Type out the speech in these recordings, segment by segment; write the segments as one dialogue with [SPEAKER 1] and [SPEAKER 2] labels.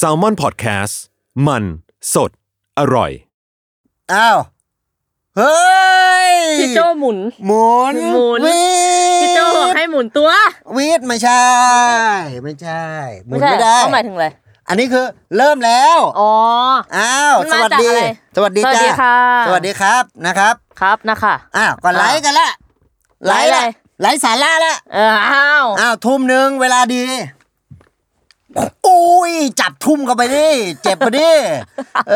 [SPEAKER 1] s a l m o n PODCAST มันสดอร่อย
[SPEAKER 2] อ้าว เฮ้ย
[SPEAKER 3] พี่โจหมุน
[SPEAKER 2] หมุน
[SPEAKER 3] หมุน
[SPEAKER 2] วีด
[SPEAKER 3] พี่โจบอกให้หมุนตัว
[SPEAKER 2] วีดไม่ใช่ ไม่ใช่ หมุนไม่
[SPEAKER 3] เหรอ
[SPEAKER 2] ได้
[SPEAKER 3] เขาหมายถึงอะไร
[SPEAKER 2] อันนี้คือเริ่มแล้ว
[SPEAKER 3] อ๋อ
[SPEAKER 2] อ้าวส
[SPEAKER 3] มัน
[SPEAKER 2] วั
[SPEAKER 3] มา
[SPEAKER 2] ส
[SPEAKER 3] จาก
[SPEAKER 2] ดี
[SPEAKER 3] อะไร
[SPEAKER 2] สวัสดี
[SPEAKER 3] สวัส
[SPEAKER 2] จ้า
[SPEAKER 3] ดีค่ะ
[SPEAKER 2] สวัสดีครับนะครับ
[SPEAKER 3] ครับนะคะ
[SPEAKER 2] อ้าวก็ไลฟ์กันละ ไลฟ์
[SPEAKER 3] ไล
[SPEAKER 2] ละ
[SPEAKER 3] ฟ์อะไร
[SPEAKER 2] ไลฟ์สาระละ
[SPEAKER 3] เอออ้าว
[SPEAKER 2] อ้าวทุ่มหนึ่งเวลาดี อุ้ย จับทุ่มเข้าไปดิ เจ็บไปดิ เอ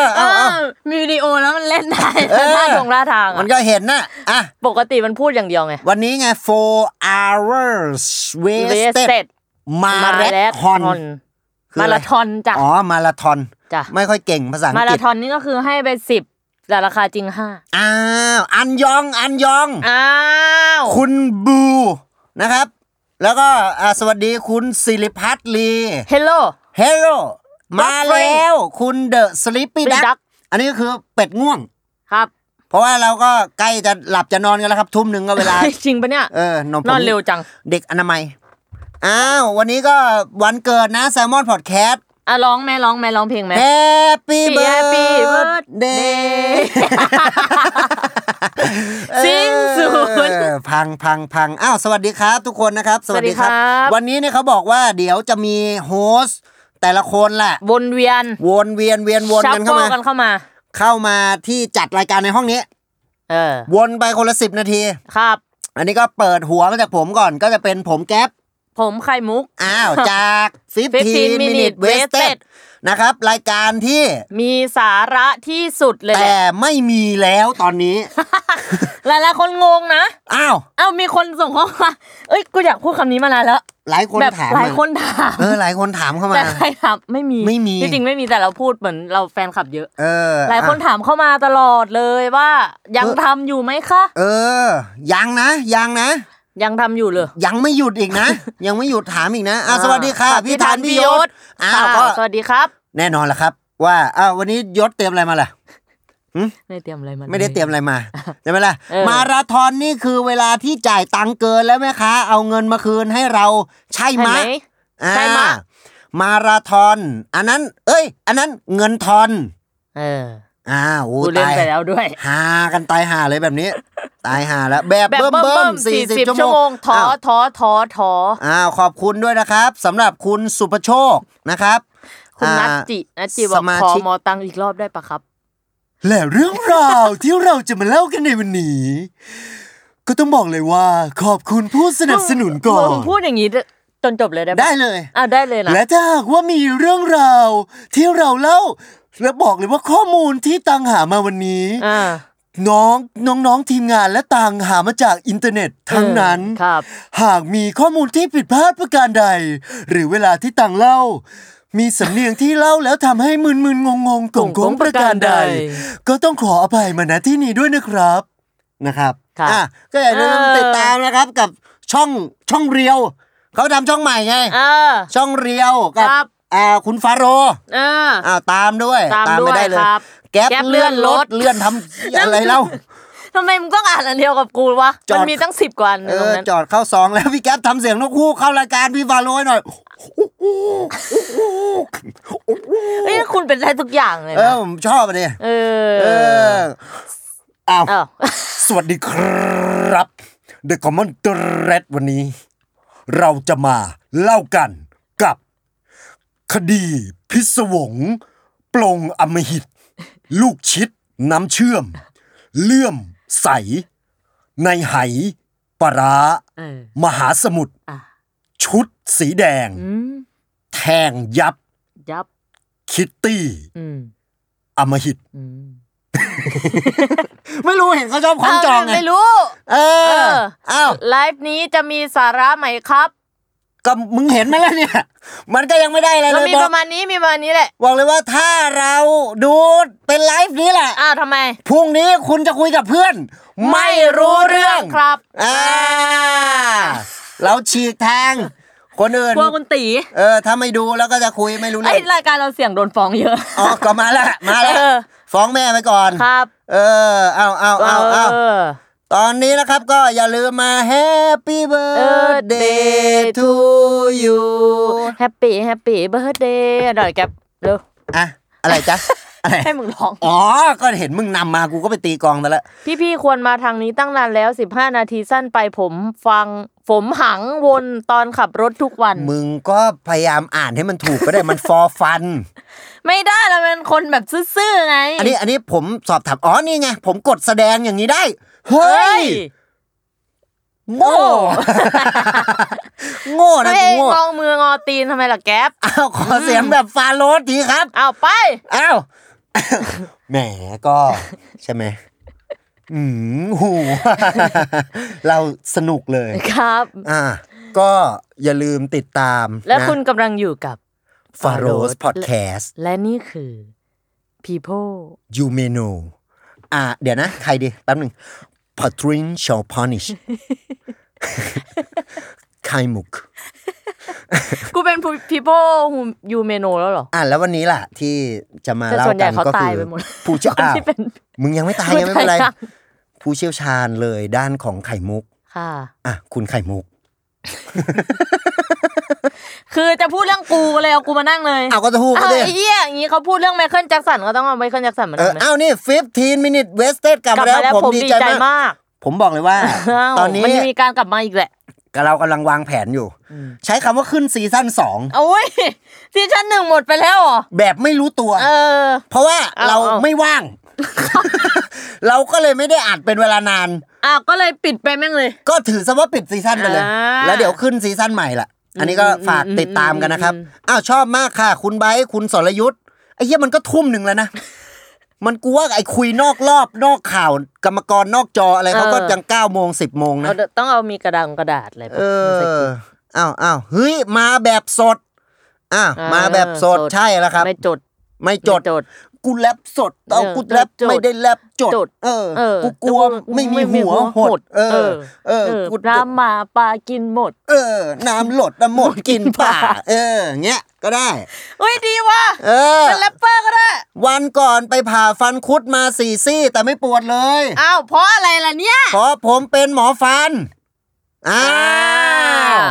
[SPEAKER 2] อ
[SPEAKER 3] เอ
[SPEAKER 2] เอาเอา
[SPEAKER 3] อมีวิดีโอแล้วมันเล่นได้
[SPEAKER 2] เออ
[SPEAKER 3] ท่าทงท่าทางอะ
[SPEAKER 2] มันก็เห็นนะอ่ะ
[SPEAKER 3] ปกติมันพูดอย่างเดียวไง
[SPEAKER 2] วันนี้ไง four hours
[SPEAKER 3] เส
[SPEAKER 2] wasted
[SPEAKER 3] จ
[SPEAKER 2] มาเร
[SPEAKER 3] แล้
[SPEAKER 2] ทอน
[SPEAKER 3] มาราธอนจ้ะ
[SPEAKER 2] อ๋อ มาราธอน
[SPEAKER 3] จ้ะ
[SPEAKER 2] ไม่ค่อยเก่งภาษาอัง
[SPEAKER 3] มากรา
[SPEAKER 2] ฤษ
[SPEAKER 3] ธอนนี่ก็คือให้ไปสิบแต่ราคาจริงห้า
[SPEAKER 2] อ้าว อันยอง อันยอง
[SPEAKER 3] อ้าว
[SPEAKER 2] คุณบูนะครับ แล้วก็อ่าสวัสดีคุณสิริพัฒน์ลี
[SPEAKER 3] เฮลโล
[SPEAKER 2] เฮลโลมาแล้ว คุณเดอะสลิปปี้
[SPEAKER 3] Sleepy
[SPEAKER 2] ดัก
[SPEAKER 3] Duck
[SPEAKER 2] อันนี้ก็คือเป็ดง่วง
[SPEAKER 3] ครับ
[SPEAKER 2] เพราะว่าเราก็ใกล้จะหลับจะนอนกันแล้วครับ ทุ่มหนึ่งก็เวลา
[SPEAKER 3] จริงปะเนี่ย
[SPEAKER 2] เออนมผม
[SPEAKER 3] นอนเร็วจัง
[SPEAKER 2] เด็กอนามัย อ้าว วันนี้ก็วันเกิดนะแซลมอนพอดแคสต์
[SPEAKER 3] อ่ะร้องแม่ร้องแม่ร้องเพลงไหม
[SPEAKER 2] Happy
[SPEAKER 3] Happy
[SPEAKER 2] birthday
[SPEAKER 3] birthday สิ้นสุด
[SPEAKER 2] เออพังพังพังอ้าว สวัสดีครับ ทุกคนนะครับ
[SPEAKER 3] สวัสดีครับ
[SPEAKER 2] วันนี้เนี่ยเขาบอกว่าเดี๋ยวจะมีโฮสต์แต่ละคนแหละ
[SPEAKER 3] วนเวียน
[SPEAKER 2] วนเวียนเวียนวน
[SPEAKER 3] ชั
[SPEAKER 2] กันเข้า
[SPEAKER 3] โฟ
[SPEAKER 2] มา
[SPEAKER 3] กันเข้ามา
[SPEAKER 2] เข้ามาที่จัดรายการในห้องนี้
[SPEAKER 3] เออ
[SPEAKER 2] วนไปคนละสิบนาที
[SPEAKER 3] ครับ
[SPEAKER 2] อันนี้ก็เปิดหัวมาจากผมก่อนก็จะเป็นผมแก๊ป
[SPEAKER 3] ผมไข่มุก
[SPEAKER 2] อ้าว จาก15
[SPEAKER 3] 15
[SPEAKER 2] minute
[SPEAKER 3] minute
[SPEAKER 2] wasted
[SPEAKER 3] wasted
[SPEAKER 2] นะครับ รายการที่
[SPEAKER 3] มีสาระที่สุดเลยแห
[SPEAKER 2] แต่
[SPEAKER 3] ละ
[SPEAKER 2] ไม่มีแล้วตอนนี้
[SPEAKER 3] หลายๆคนงงนะ
[SPEAKER 2] อ้าว
[SPEAKER 3] เอ้ามีคนส่งเข้ามาเอ้ย กูอยากพูดคำนี้มานานแล้ว
[SPEAKER 2] หลายคน
[SPEAKER 3] แบบ
[SPEAKER 2] ถาม
[SPEAKER 3] หลาย
[SPEAKER 2] ม
[SPEAKER 3] คนถาม
[SPEAKER 2] เออหลายคนถามเข้า
[SPEAKER 3] แต่
[SPEAKER 2] มา
[SPEAKER 3] ใครถามไม่มี
[SPEAKER 2] ไม่มี
[SPEAKER 3] จริงๆไม่มีแต่เราพูดเหมือนเราแฟนคลับเยอะ
[SPEAKER 2] เออ
[SPEAKER 3] หลายคน
[SPEAKER 2] อ่ะ
[SPEAKER 3] ถามเข้ามาตลอดเลยว่า ยังทำอยู่ไหมคะ
[SPEAKER 2] เออ ยังนะ ยังนะ
[SPEAKER 3] ยังทำอยู่เลย
[SPEAKER 2] ยังไม่หยุดอีก นะ ยังไม่หยุดถามอีกนะอ่ะสวัสดีค่ะ
[SPEAKER 3] อ่า
[SPEAKER 2] พี่ธาน
[SPEAKER 3] พี่
[SPEAKER 2] พี่ย
[SPEAKER 3] ธานพี่ย
[SPEAKER 2] ศ
[SPEAKER 3] ศ
[SPEAKER 2] อ้า
[SPEAKER 3] ค่ะ
[SPEAKER 2] วก็
[SPEAKER 3] สวัสดีครับ
[SPEAKER 2] แน่นอนแหละครับ ว่าอ้าววันนี้ยศเตรียมอะไรมาล่ะ
[SPEAKER 3] ไม่ได้เตรียมอะไรมาล
[SPEAKER 2] ไม่ได้เตรียมอะไร มาใช่ไหมล่ะ
[SPEAKER 3] เออ
[SPEAKER 2] มาราธอนนี่คือเวลาที่จ่ายตังค์เกินแล้วแม่ค้าเอาเงินมาคืนให้เราใช่
[SPEAKER 3] ใช่
[SPEAKER 2] ไหม
[SPEAKER 3] ไหม
[SPEAKER 2] อ่า
[SPEAKER 3] ใช่มะ
[SPEAKER 2] มาราธอน อันนั้น เอ้ย อันนั้นเงินทอน
[SPEAKER 3] เออ
[SPEAKER 2] อ้าวโอ้
[SPEAKER 3] กูเล่
[SPEAKER 2] ตาน ย
[SPEAKER 3] ไปแล้วด้วย
[SPEAKER 2] หากันตายหาเลยแบบ นี้ ตายหาแล้วแบบ
[SPEAKER 3] แบบ
[SPEAKER 2] เบิ่ม
[SPEAKER 3] เบิ่
[SPEAKER 2] เบิ่
[SPEAKER 3] มเบิ่
[SPEAKER 2] ม
[SPEAKER 3] ม
[SPEAKER 2] สี่
[SPEAKER 3] สี่
[SPEAKER 2] สิ
[SPEAKER 3] สิ
[SPEAKER 2] บบ ชั่ว
[SPEAKER 3] ชั่ว
[SPEAKER 2] โม
[SPEAKER 3] โม
[SPEAKER 2] ง
[SPEAKER 3] งท้อ
[SPEAKER 2] าว
[SPEAKER 3] ท้อท้อท้อ
[SPEAKER 2] อ้าวขอบคุณด้วยนะครับสำหรับคุณสุภโชคนะครับ
[SPEAKER 3] คุณ
[SPEAKER 2] อ่า
[SPEAKER 3] นัทจินัทจิบอ
[SPEAKER 2] ส
[SPEAKER 3] ก
[SPEAKER 2] มา
[SPEAKER 3] ขอ
[SPEAKER 2] ชิก
[SPEAKER 3] มอตังอีกรอบได้ปะครับ
[SPEAKER 2] และเรื่องราว ที่เราจะมาเล่ากันในวันนี้ ก็ต้องบอกเลยว่า ขอบคุณผู้สนับสนุนก่อ
[SPEAKER 3] มึงพูดอย่างนี้จนจบเลยได้ปะ
[SPEAKER 2] ได้เลย
[SPEAKER 3] อ่ะได้เลยนะ
[SPEAKER 2] และถ้าหากว่ามีเรื่องราว ที่เราเล่าและบอกเลยว่าข้อมูลที่ตังหามาวันนี้
[SPEAKER 3] อ่า
[SPEAKER 2] น้องน้องๆทีมงานและต่างหามาจากอินเทอร์เน็ตทั้งนั้น
[SPEAKER 3] เออครับ
[SPEAKER 2] หากมีข้อมูลที่ผิดพลาดประการใด หรือเวลาที่ต่างเล่า มีสำเนียงที่เล่าแล้วทำให้มึนๆงงงๆกงกงๆประการใด ก็ต้องขออภัยมาณที่นี้ด้วยนะครับนะครับ
[SPEAKER 3] ครับ
[SPEAKER 2] อ่ะก็อย่าลืม
[SPEAKER 3] เออ
[SPEAKER 2] ติดตามนะครับกับช่องช่องเรียว เขาทำช่องใหม่ไง
[SPEAKER 3] เออ
[SPEAKER 2] ช่องเรียวกับ
[SPEAKER 3] ครับ
[SPEAKER 2] อ่าคุณฟาโร
[SPEAKER 3] เออ
[SPEAKER 2] อ้าวตามด้วย
[SPEAKER 3] ตามด้วย
[SPEAKER 2] ไปได้เลย
[SPEAKER 3] ครับ
[SPEAKER 2] แก๊ป
[SPEAKER 3] แก๊ป
[SPEAKER 2] เลื่อนร
[SPEAKER 3] เลื่อนร
[SPEAKER 2] ถ
[SPEAKER 3] ถ
[SPEAKER 2] เลื่อนทำอะไรเล่า
[SPEAKER 3] ทำไมมึงต้องอ่านอันเดียวกับกูวะ
[SPEAKER 2] จอ
[SPEAKER 3] มั
[SPEAKER 2] ด
[SPEAKER 3] นมีตั้งสิบกว่าอัน
[SPEAKER 2] เอ
[SPEAKER 3] ตรง
[SPEAKER 2] อ
[SPEAKER 3] นั้น
[SPEAKER 2] จอดเข้าซองแล้วพี่ แก๊ปทำเสียงนกคู่เข้ารายการพี่ฟาโรให้หน่อย
[SPEAKER 3] เอ้ยคุณเป็นได้ทุกอย่างเลย
[SPEAKER 2] เออ
[SPEAKER 3] นะ
[SPEAKER 2] ผมชอบอันนี้
[SPEAKER 3] เอ
[SPEAKER 2] เอ
[SPEAKER 3] อ
[SPEAKER 2] ออ้าว
[SPEAKER 3] เอ้า
[SPEAKER 2] สวัสดีครับ The Common Thread วันนี้ เราจะมาเล่ากันกับ คดีพิศวง ปลงอำมหิต ลูกชิดน้ำเชื่อม เลื่อมใส ในไหปลาร้า
[SPEAKER 3] เออ
[SPEAKER 2] มหาสมุทร
[SPEAKER 3] อ่ะ
[SPEAKER 2] ชุดสีแดง
[SPEAKER 3] อืม
[SPEAKER 2] แทงยับ
[SPEAKER 3] ยับ
[SPEAKER 2] คิตตี้
[SPEAKER 3] อืม
[SPEAKER 2] อำมหิต
[SPEAKER 3] อืม
[SPEAKER 2] ไม่รู้เห็นเขาชอบของจองไง
[SPEAKER 3] ไม่รู้
[SPEAKER 2] เอ
[SPEAKER 3] เอ
[SPEAKER 2] อ
[SPEAKER 3] อ
[SPEAKER 2] อ้าว
[SPEAKER 3] ไลฟ์นี้จะมีสาระไหมครับ
[SPEAKER 2] ก็มึงเห็นไหมล่ะเนี่ย มันก็ยังไม่ได้อะไร
[SPEAKER 3] แล้
[SPEAKER 2] เล
[SPEAKER 3] วย มี
[SPEAKER 2] บอ
[SPEAKER 3] ป
[SPEAKER 2] ก
[SPEAKER 3] ระมาณนี้มีประมาณนี้แหละ
[SPEAKER 2] บอกเลยว่าถ้าเราดูเป็นไลฟ์นี้แหละ
[SPEAKER 3] อ้าวทำไม
[SPEAKER 2] พรุ่งนี้คุณจะคุยกับเพื่อน ไม่รู้เรื่อง
[SPEAKER 3] ครับ
[SPEAKER 2] อ่าเราฉีกทางคนอื่น
[SPEAKER 3] กลัวคุณตี
[SPEAKER 2] เออถ้าไม่ดูแล้วก็จะคุยไม่รู้เรื่
[SPEAKER 3] ไอ้
[SPEAKER 2] อย ง
[SPEAKER 3] รายการเราเสี่ยงโดนฟ้องเยอะ
[SPEAKER 2] อ๋อก็มาละมาละ
[SPEAKER 3] เออ
[SPEAKER 2] ฟ้องแม่ไปก่อน
[SPEAKER 3] ครับ
[SPEAKER 2] เออเอาเอาเอาเอา
[SPEAKER 3] เออ
[SPEAKER 2] ตอนนี้นะครับก็อย่าลืมมา Happy Birthday to you
[SPEAKER 3] แฮปปี้แฮปปี้เบิร์ดเดย์หน่อยแกปเร็ว
[SPEAKER 2] อะอะไรจ๊ะ อะไร
[SPEAKER 3] ให้มึงร้อง
[SPEAKER 2] อ๋อ ก็เห็นมึงนำมากูก็ไปตีกลองแต่ละ
[SPEAKER 3] พี่ๆควรมาทางนี้ตั้งนานแล้ว 15 นาทีสั้นไปผมฟัง ผมหังวนตอนขับรถทุกวัน
[SPEAKER 2] มึงก็พยายามอ่านให้มันถูกก็ได้ มันฟอฟัน
[SPEAKER 3] ไม่ได้แล้วมันคนแบบซื่อๆไง
[SPEAKER 2] อันนี้ อันนี้ผมสอบถาม อ๋อ นี่ไง ผมกดแสดงอย่างนี้ได้ เฮ้
[SPEAKER 3] เฮ้
[SPEAKER 2] ย
[SPEAKER 3] ย
[SPEAKER 2] โง่ โง่นะ
[SPEAKER 3] ไม่
[SPEAKER 2] กูโง่
[SPEAKER 3] งองมืองอตีนทำไมล่ะแก๊ป
[SPEAKER 2] อ้าวขอเสียงแบบฟาโรสดีครับ
[SPEAKER 3] เอาไป
[SPEAKER 2] อ้าว แหมก็ ใช่ไหมอืมหู เราสนุกเลย
[SPEAKER 3] ครับ
[SPEAKER 2] อ่า ก็อย่าลืมติดตาม
[SPEAKER 3] และ
[SPEAKER 2] นะ
[SPEAKER 3] คุณกำลังอยู่กับ
[SPEAKER 2] ฟาโรสพอดแคสต์
[SPEAKER 3] และนี่คือ people
[SPEAKER 2] ยูเมนูอ่า เดี๋ยวนะ ใครดีแป๊บหนึ่งพอทรินชอลพอนิช ไคมุก
[SPEAKER 3] กูเป็น people who you may know แล้วเหรอ
[SPEAKER 2] อ่ะแล้ววันนี้ล่ะ ที่จะมา
[SPEAKER 3] แต่
[SPEAKER 2] เล่า
[SPEAKER 3] ส่วนใหญ่
[SPEAKER 2] กัน
[SPEAKER 3] เขา
[SPEAKER 2] ก็
[SPEAKER 3] ตา
[SPEAKER 2] คื
[SPEAKER 3] ย
[SPEAKER 2] อ
[SPEAKER 3] ไปหมด
[SPEAKER 2] ผู้เชี่ยว
[SPEAKER 3] คน
[SPEAKER 2] ชาญ
[SPEAKER 3] ที่เป็น
[SPEAKER 2] มึงยังไม่ตายยังไม่เป็นไร ผู้เชี่ยวชาญเลยด้านของไข่มุก
[SPEAKER 3] ค่ะ
[SPEAKER 2] อ่ะ คุณไข่มุก
[SPEAKER 3] คือจะพูดเรื่องกูเลยเอากูมานั่งเลย
[SPEAKER 2] เอาก็จะพูดก็
[SPEAKER 3] อ้าว
[SPEAKER 2] ดิ
[SPEAKER 3] ไอ้เหี้ยอย่างงี้เขาพูดเรื่องไมเคิลแจ็คสันก็ต้องเอาไมเคิลแจ็คสันมา
[SPEAKER 2] เออ
[SPEAKER 3] นั่
[SPEAKER 2] ง
[SPEAKER 3] ไหม
[SPEAKER 2] เอานี่ 15 minute wasted กลับ
[SPEAKER 3] กลั
[SPEAKER 2] มา
[SPEAKER 3] บ
[SPEAKER 2] แล้
[SPEAKER 3] มาวแล้ว
[SPEAKER 2] ผม
[SPEAKER 3] ผม
[SPEAKER 2] ดี
[SPEAKER 3] ดี
[SPEAKER 2] ใจ
[SPEAKER 3] ใจ
[SPEAKER 2] มาก
[SPEAKER 3] มาก
[SPEAKER 2] ผมบอกเลยว่า
[SPEAKER 3] อ้าว
[SPEAKER 2] ตอนนี้
[SPEAKER 3] มันยังมีการกลับมาอีกแหละ
[SPEAKER 2] เรากำลังวางแผนอยู่ ใช้คำว่าขึ้นซีซั่น
[SPEAKER 3] โอ้ยซีซั่นหนึ่งหมดไปแล้วเหรอ
[SPEAKER 2] 2 แบบไม่รู้ตัว
[SPEAKER 3] เออ
[SPEAKER 2] เพราะว่า
[SPEAKER 3] เอา
[SPEAKER 2] เรา
[SPEAKER 3] เอา
[SPEAKER 2] ไม่ว่าง เราก็เลยไม่ได้อัดเป็นเวลานาน
[SPEAKER 3] อ้าวก็เลยปิดไปแม่งเลย
[SPEAKER 2] ก็ถือซะว่าปิดซีซั่นไปเลย
[SPEAKER 3] อ่า
[SPEAKER 2] แล้วเดี๋ยวขึ้นซีซั่นใหม่ล่ะ อันนี้ก็
[SPEAKER 3] อืม
[SPEAKER 2] ฝากติดตามกันนะครับ
[SPEAKER 3] อืม
[SPEAKER 2] อ้าวชอบมากค่ะ คุณไบร์ทคุณสรยุทธ์ไอ้เหี้ยมันก็ทุ่มหนึ่งแล้วนะ มันกูว่าไอ้คุยนอกรอบนอกข่าว กรรมกรนอกจออะไรเขาก็ยังเก้าโมงสิบโมงนะ
[SPEAKER 3] เอาเดี๋ยวต้องเอามีกระดาษกระดาษอะไร
[SPEAKER 2] เอ
[SPEAKER 3] ปะมา
[SPEAKER 2] อ
[SPEAKER 3] ใส่กิน
[SPEAKER 2] อ้าวอ้าวเฮ้ย มาแบบสด อ่ะ
[SPEAKER 3] อ่าม
[SPEAKER 2] มาแบบสด
[SPEAKER 3] สด
[SPEAKER 2] ใช่แล้วครับ
[SPEAKER 3] ไม่จด
[SPEAKER 2] ไม่จด
[SPEAKER 3] ไม่จด
[SPEAKER 2] กูแลบสดเอา
[SPEAKER 3] เออ
[SPEAKER 2] กูแลบ
[SPEAKER 3] จด
[SPEAKER 2] ไม่ได้แลบจด
[SPEAKER 3] จด
[SPEAKER 2] เออ
[SPEAKER 3] เออ
[SPEAKER 2] กูกลัวไม่มีหัวหด เออ เออ กู
[SPEAKER 3] น้ำหมาปลากินหมด
[SPEAKER 2] เออ น้ำหลดน้ำหมดกิน ป่า เออ เงี้ย ก็ได้
[SPEAKER 3] อุ้ยดีว่ะ
[SPEAKER 2] เออ
[SPEAKER 3] เป็นแรปเปอร์ก็ได้
[SPEAKER 2] วันก่อนไปผ่าฟันคุดมาสี่ซี่ แต่ไม่ปวดเลย
[SPEAKER 3] อ้าวเพราะอะไรล่ะเนี่ย
[SPEAKER 2] เพราะผมเป็นหมอฟัน อ้า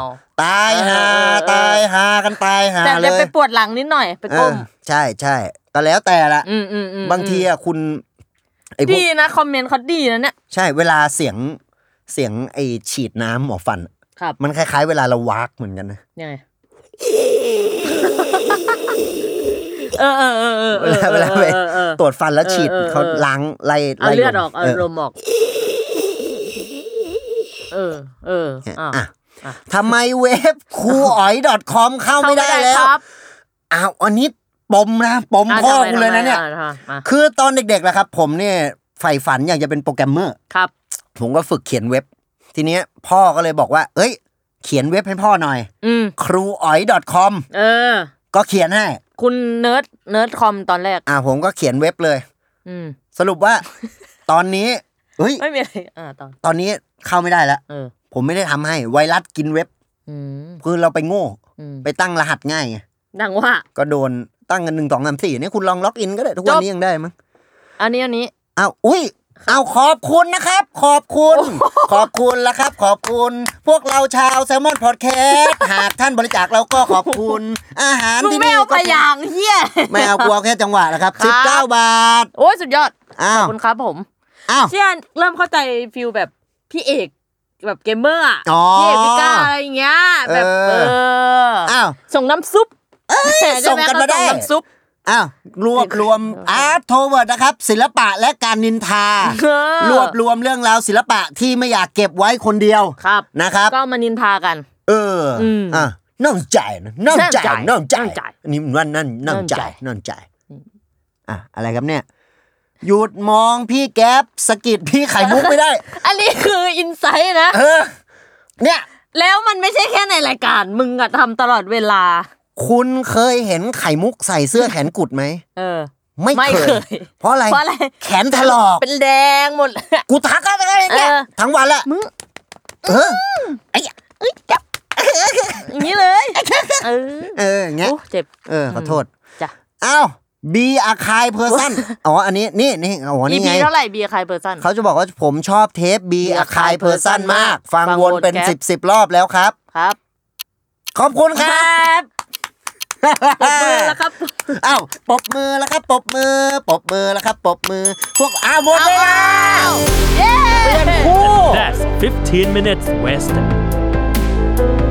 [SPEAKER 2] ว ตายหาตายหากันตายหา
[SPEAKER 3] แต่
[SPEAKER 2] เล
[SPEAKER 3] จะ
[SPEAKER 2] ย
[SPEAKER 3] ไปปวดหลังนิดหน่อยไป
[SPEAKER 2] เอ
[SPEAKER 3] ก้
[SPEAKER 2] อ
[SPEAKER 3] ม
[SPEAKER 2] ใช่ใช่ก็แล้วแต่ละ
[SPEAKER 3] อืมอืมอืม
[SPEAKER 2] บางทีอะคุณไอ้พว
[SPEAKER 3] ดี
[SPEAKER 2] ก
[SPEAKER 3] นะคอมเมนต์เขาดีนะเนี่ย
[SPEAKER 2] ใช่เวลาเสียงเสียงไอ้ฉีดน้ำหมอฟัน
[SPEAKER 3] ครับ
[SPEAKER 2] มันคล้ายๆ เวลาเราวากเหมือนกันนะ
[SPEAKER 3] ยังไงเออเออเออเออ
[SPEAKER 2] เวลาเวลาไป
[SPEAKER 3] ออเออ
[SPEAKER 2] ตรวจฟันแล้วฉีด
[SPEAKER 3] เออเออเออ
[SPEAKER 2] เขาล้างไล่
[SPEAKER 3] เอา
[SPEAKER 2] ไล่
[SPEAKER 3] เลือดออกเอา
[SPEAKER 2] เออ
[SPEAKER 3] ลมออก เออ เอออ้าว
[SPEAKER 2] อ่ะ
[SPEAKER 3] อ่ะ
[SPEAKER 2] ทำไมเว็บคูอ๋อย .com เข้าไม่ได้แล้ว
[SPEAKER 3] เข้าครับ
[SPEAKER 2] อ้าวอันนี้ปมนะปม
[SPEAKER 3] ะ
[SPEAKER 2] พ่อ
[SPEAKER 3] ทำไม
[SPEAKER 2] กูเลยนะเนี่ย
[SPEAKER 3] ทำไมอ่ะอ่ะ
[SPEAKER 2] คือตอนเด็กๆแหละครับ ผมเนี่ยใฝ่ฝันอยากจะเป็นโปรแกรมเมอร์
[SPEAKER 3] ครับ
[SPEAKER 2] ผมก็ฝึกเขียนเว็บ ทีเนี้ยพ่อก็เลยบอกว่า เอ้ย เขียนเว็บให้พ่อหน่อย
[SPEAKER 3] อืม
[SPEAKER 2] ครูอ๋อย .com
[SPEAKER 3] เออ
[SPEAKER 2] ก็เขียนให้
[SPEAKER 3] คุณเนิร์ดเนิร์ดคอมตอนแรก
[SPEAKER 2] อ่าผมก็เขียนเว็บเลย
[SPEAKER 3] อืม
[SPEAKER 2] สรุปว่า ตอนนี้เฮ้ย
[SPEAKER 3] ไม่มีอะไรอ่าตอน
[SPEAKER 2] ตอนนี้เข้าไม่ได้แล้ว
[SPEAKER 3] เออ
[SPEAKER 2] ผมไม่ได้ทำให้ ไวรัสกินเว็บ
[SPEAKER 3] อืม
[SPEAKER 2] คือเราไปโง่
[SPEAKER 3] อืม
[SPEAKER 2] ไปตั้งรหัสง่ายไง
[SPEAKER 3] ดังว่า
[SPEAKER 2] ก็โดนตั้งกันหนึ่งสองสามสี่นี่คุณลองล็อกอินก็ได้ ทุกวันนี้ยังได้มั้ง
[SPEAKER 3] อันนี้อันนี้
[SPEAKER 2] อ้าวอุ้ยอ้าวขอบคุณนะครับ ขอบคุณ ขอบคุณละครับ ขอบคุณ พวกเราชาวแซลมอนพอดแคสต์หากท่านบริจาคเราก็ขอบคุณ อาหาร
[SPEAKER 3] มึง
[SPEAKER 2] ที่
[SPEAKER 3] ไม่
[SPEAKER 2] นี่
[SPEAKER 3] เอา
[SPEAKER 2] ก็
[SPEAKER 3] ไปอย่างเฮีย
[SPEAKER 2] ไม่เอากลัวแค่จังหวะนะครับ
[SPEAKER 3] ครั
[SPEAKER 2] สิบเก้า
[SPEAKER 3] บ
[SPEAKER 2] บาท
[SPEAKER 3] โอ้ยสุดยอด
[SPEAKER 2] อ้า
[SPEAKER 3] ขอบ
[SPEAKER 2] ว
[SPEAKER 3] คุณครับผม
[SPEAKER 2] อ้าว
[SPEAKER 3] เชี่ยเริ่มเข้าใจฟิลแบบพี่เอกแบบเกมเมอร์อ่ะ
[SPEAKER 2] อ๋อ
[SPEAKER 3] พี่เอกพี่ก้าอะไรอย่างเงี้ย แบบ
[SPEAKER 2] เอ
[SPEAKER 3] เอ
[SPEAKER 2] อ
[SPEAKER 3] ออ
[SPEAKER 2] อ้าว
[SPEAKER 3] ส่งน้ำซุปใช่
[SPEAKER 2] ส่ง
[SPEAKER 3] ห
[SPEAKER 2] กันมาได้
[SPEAKER 3] เขส่งน้ำซุป
[SPEAKER 2] อ้าวรวบรวมอาร์ตโทเวิร์ดนะครับ ศิลปะและการนินทา
[SPEAKER 3] เออ
[SPEAKER 2] รวบรวมเรื่องราวศิลปะที่ไม่อยากเก็บไว้คนเดียว
[SPEAKER 3] ครับ
[SPEAKER 2] นะครับ
[SPEAKER 3] ก็มานินทากัน
[SPEAKER 2] เอออ
[SPEAKER 3] ม
[SPEAKER 2] อ่ะน่องใจนะน่องใจ
[SPEAKER 3] น่องจ่าย
[SPEAKER 2] น่องใจ
[SPEAKER 3] น่องจ่าย
[SPEAKER 2] อันนี่ว่านั่นน่องใจ
[SPEAKER 3] น่องจ่าย
[SPEAKER 2] น่องใจอ่ะอะไรครับเนี่ย หยุดมองพี่แก๊ปสะกิดพี่ไข่มุกไม่ได้
[SPEAKER 3] อันนี้คืออินไซต์นะ
[SPEAKER 2] เออ เนี่ย
[SPEAKER 3] แล้วมันไม่ใช่แค่ในรายการ มึงอะทำตลอดเวลา
[SPEAKER 2] คุณเคยเห็นไข่มุกใส่เสื้อแขนกุดไหม
[SPEAKER 3] เออ
[SPEAKER 2] ไม่
[SPEAKER 3] ไม่
[SPEAKER 2] เค
[SPEAKER 3] เค
[SPEAKER 2] ย
[SPEAKER 3] ย
[SPEAKER 2] เพราะอะไร
[SPEAKER 3] เพราะอะไร
[SPEAKER 2] แขนถลอก
[SPEAKER 3] เป็นแดงหมด เลย
[SPEAKER 2] กูทักอะไรเนี่ย
[SPEAKER 3] เออ
[SPEAKER 2] ทั้งวันละมึงเออ
[SPEAKER 3] อย่างนี้เลยเออ
[SPEAKER 2] เอออย่างเงี้ย
[SPEAKER 3] โอ้เจ็บ
[SPEAKER 2] เออขอโทษ
[SPEAKER 3] จ้ะ
[SPEAKER 2] อ้าวบีอาคายเพอร์ซันอ๋ออันนี้นี่นี่อ๋อ
[SPEAKER 3] อี
[SPEAKER 2] นี่
[SPEAKER 3] พี
[SPEAKER 2] ไง
[SPEAKER 3] เท่าไหร่เบียร์ใครเปอร์ซัน
[SPEAKER 2] เขาจะบอกว่าผมชอบเทปบีอาคายเพอร์ซันมาก ฟังวนเป็น
[SPEAKER 3] ฟังวนแก๊ป
[SPEAKER 2] สิบสิบรอบแล้วครับ
[SPEAKER 3] ครับ
[SPEAKER 2] ขอบคุณครับ
[SPEAKER 3] บปรบมือแล้วครับ
[SPEAKER 2] อ้าวปรบมือแล้วครับปรบมือปรบมือแล้วครับปรบมือ พวกอ้าวหมดเวลาเปลี่ยนคู่
[SPEAKER 4] That's 15 minutes west.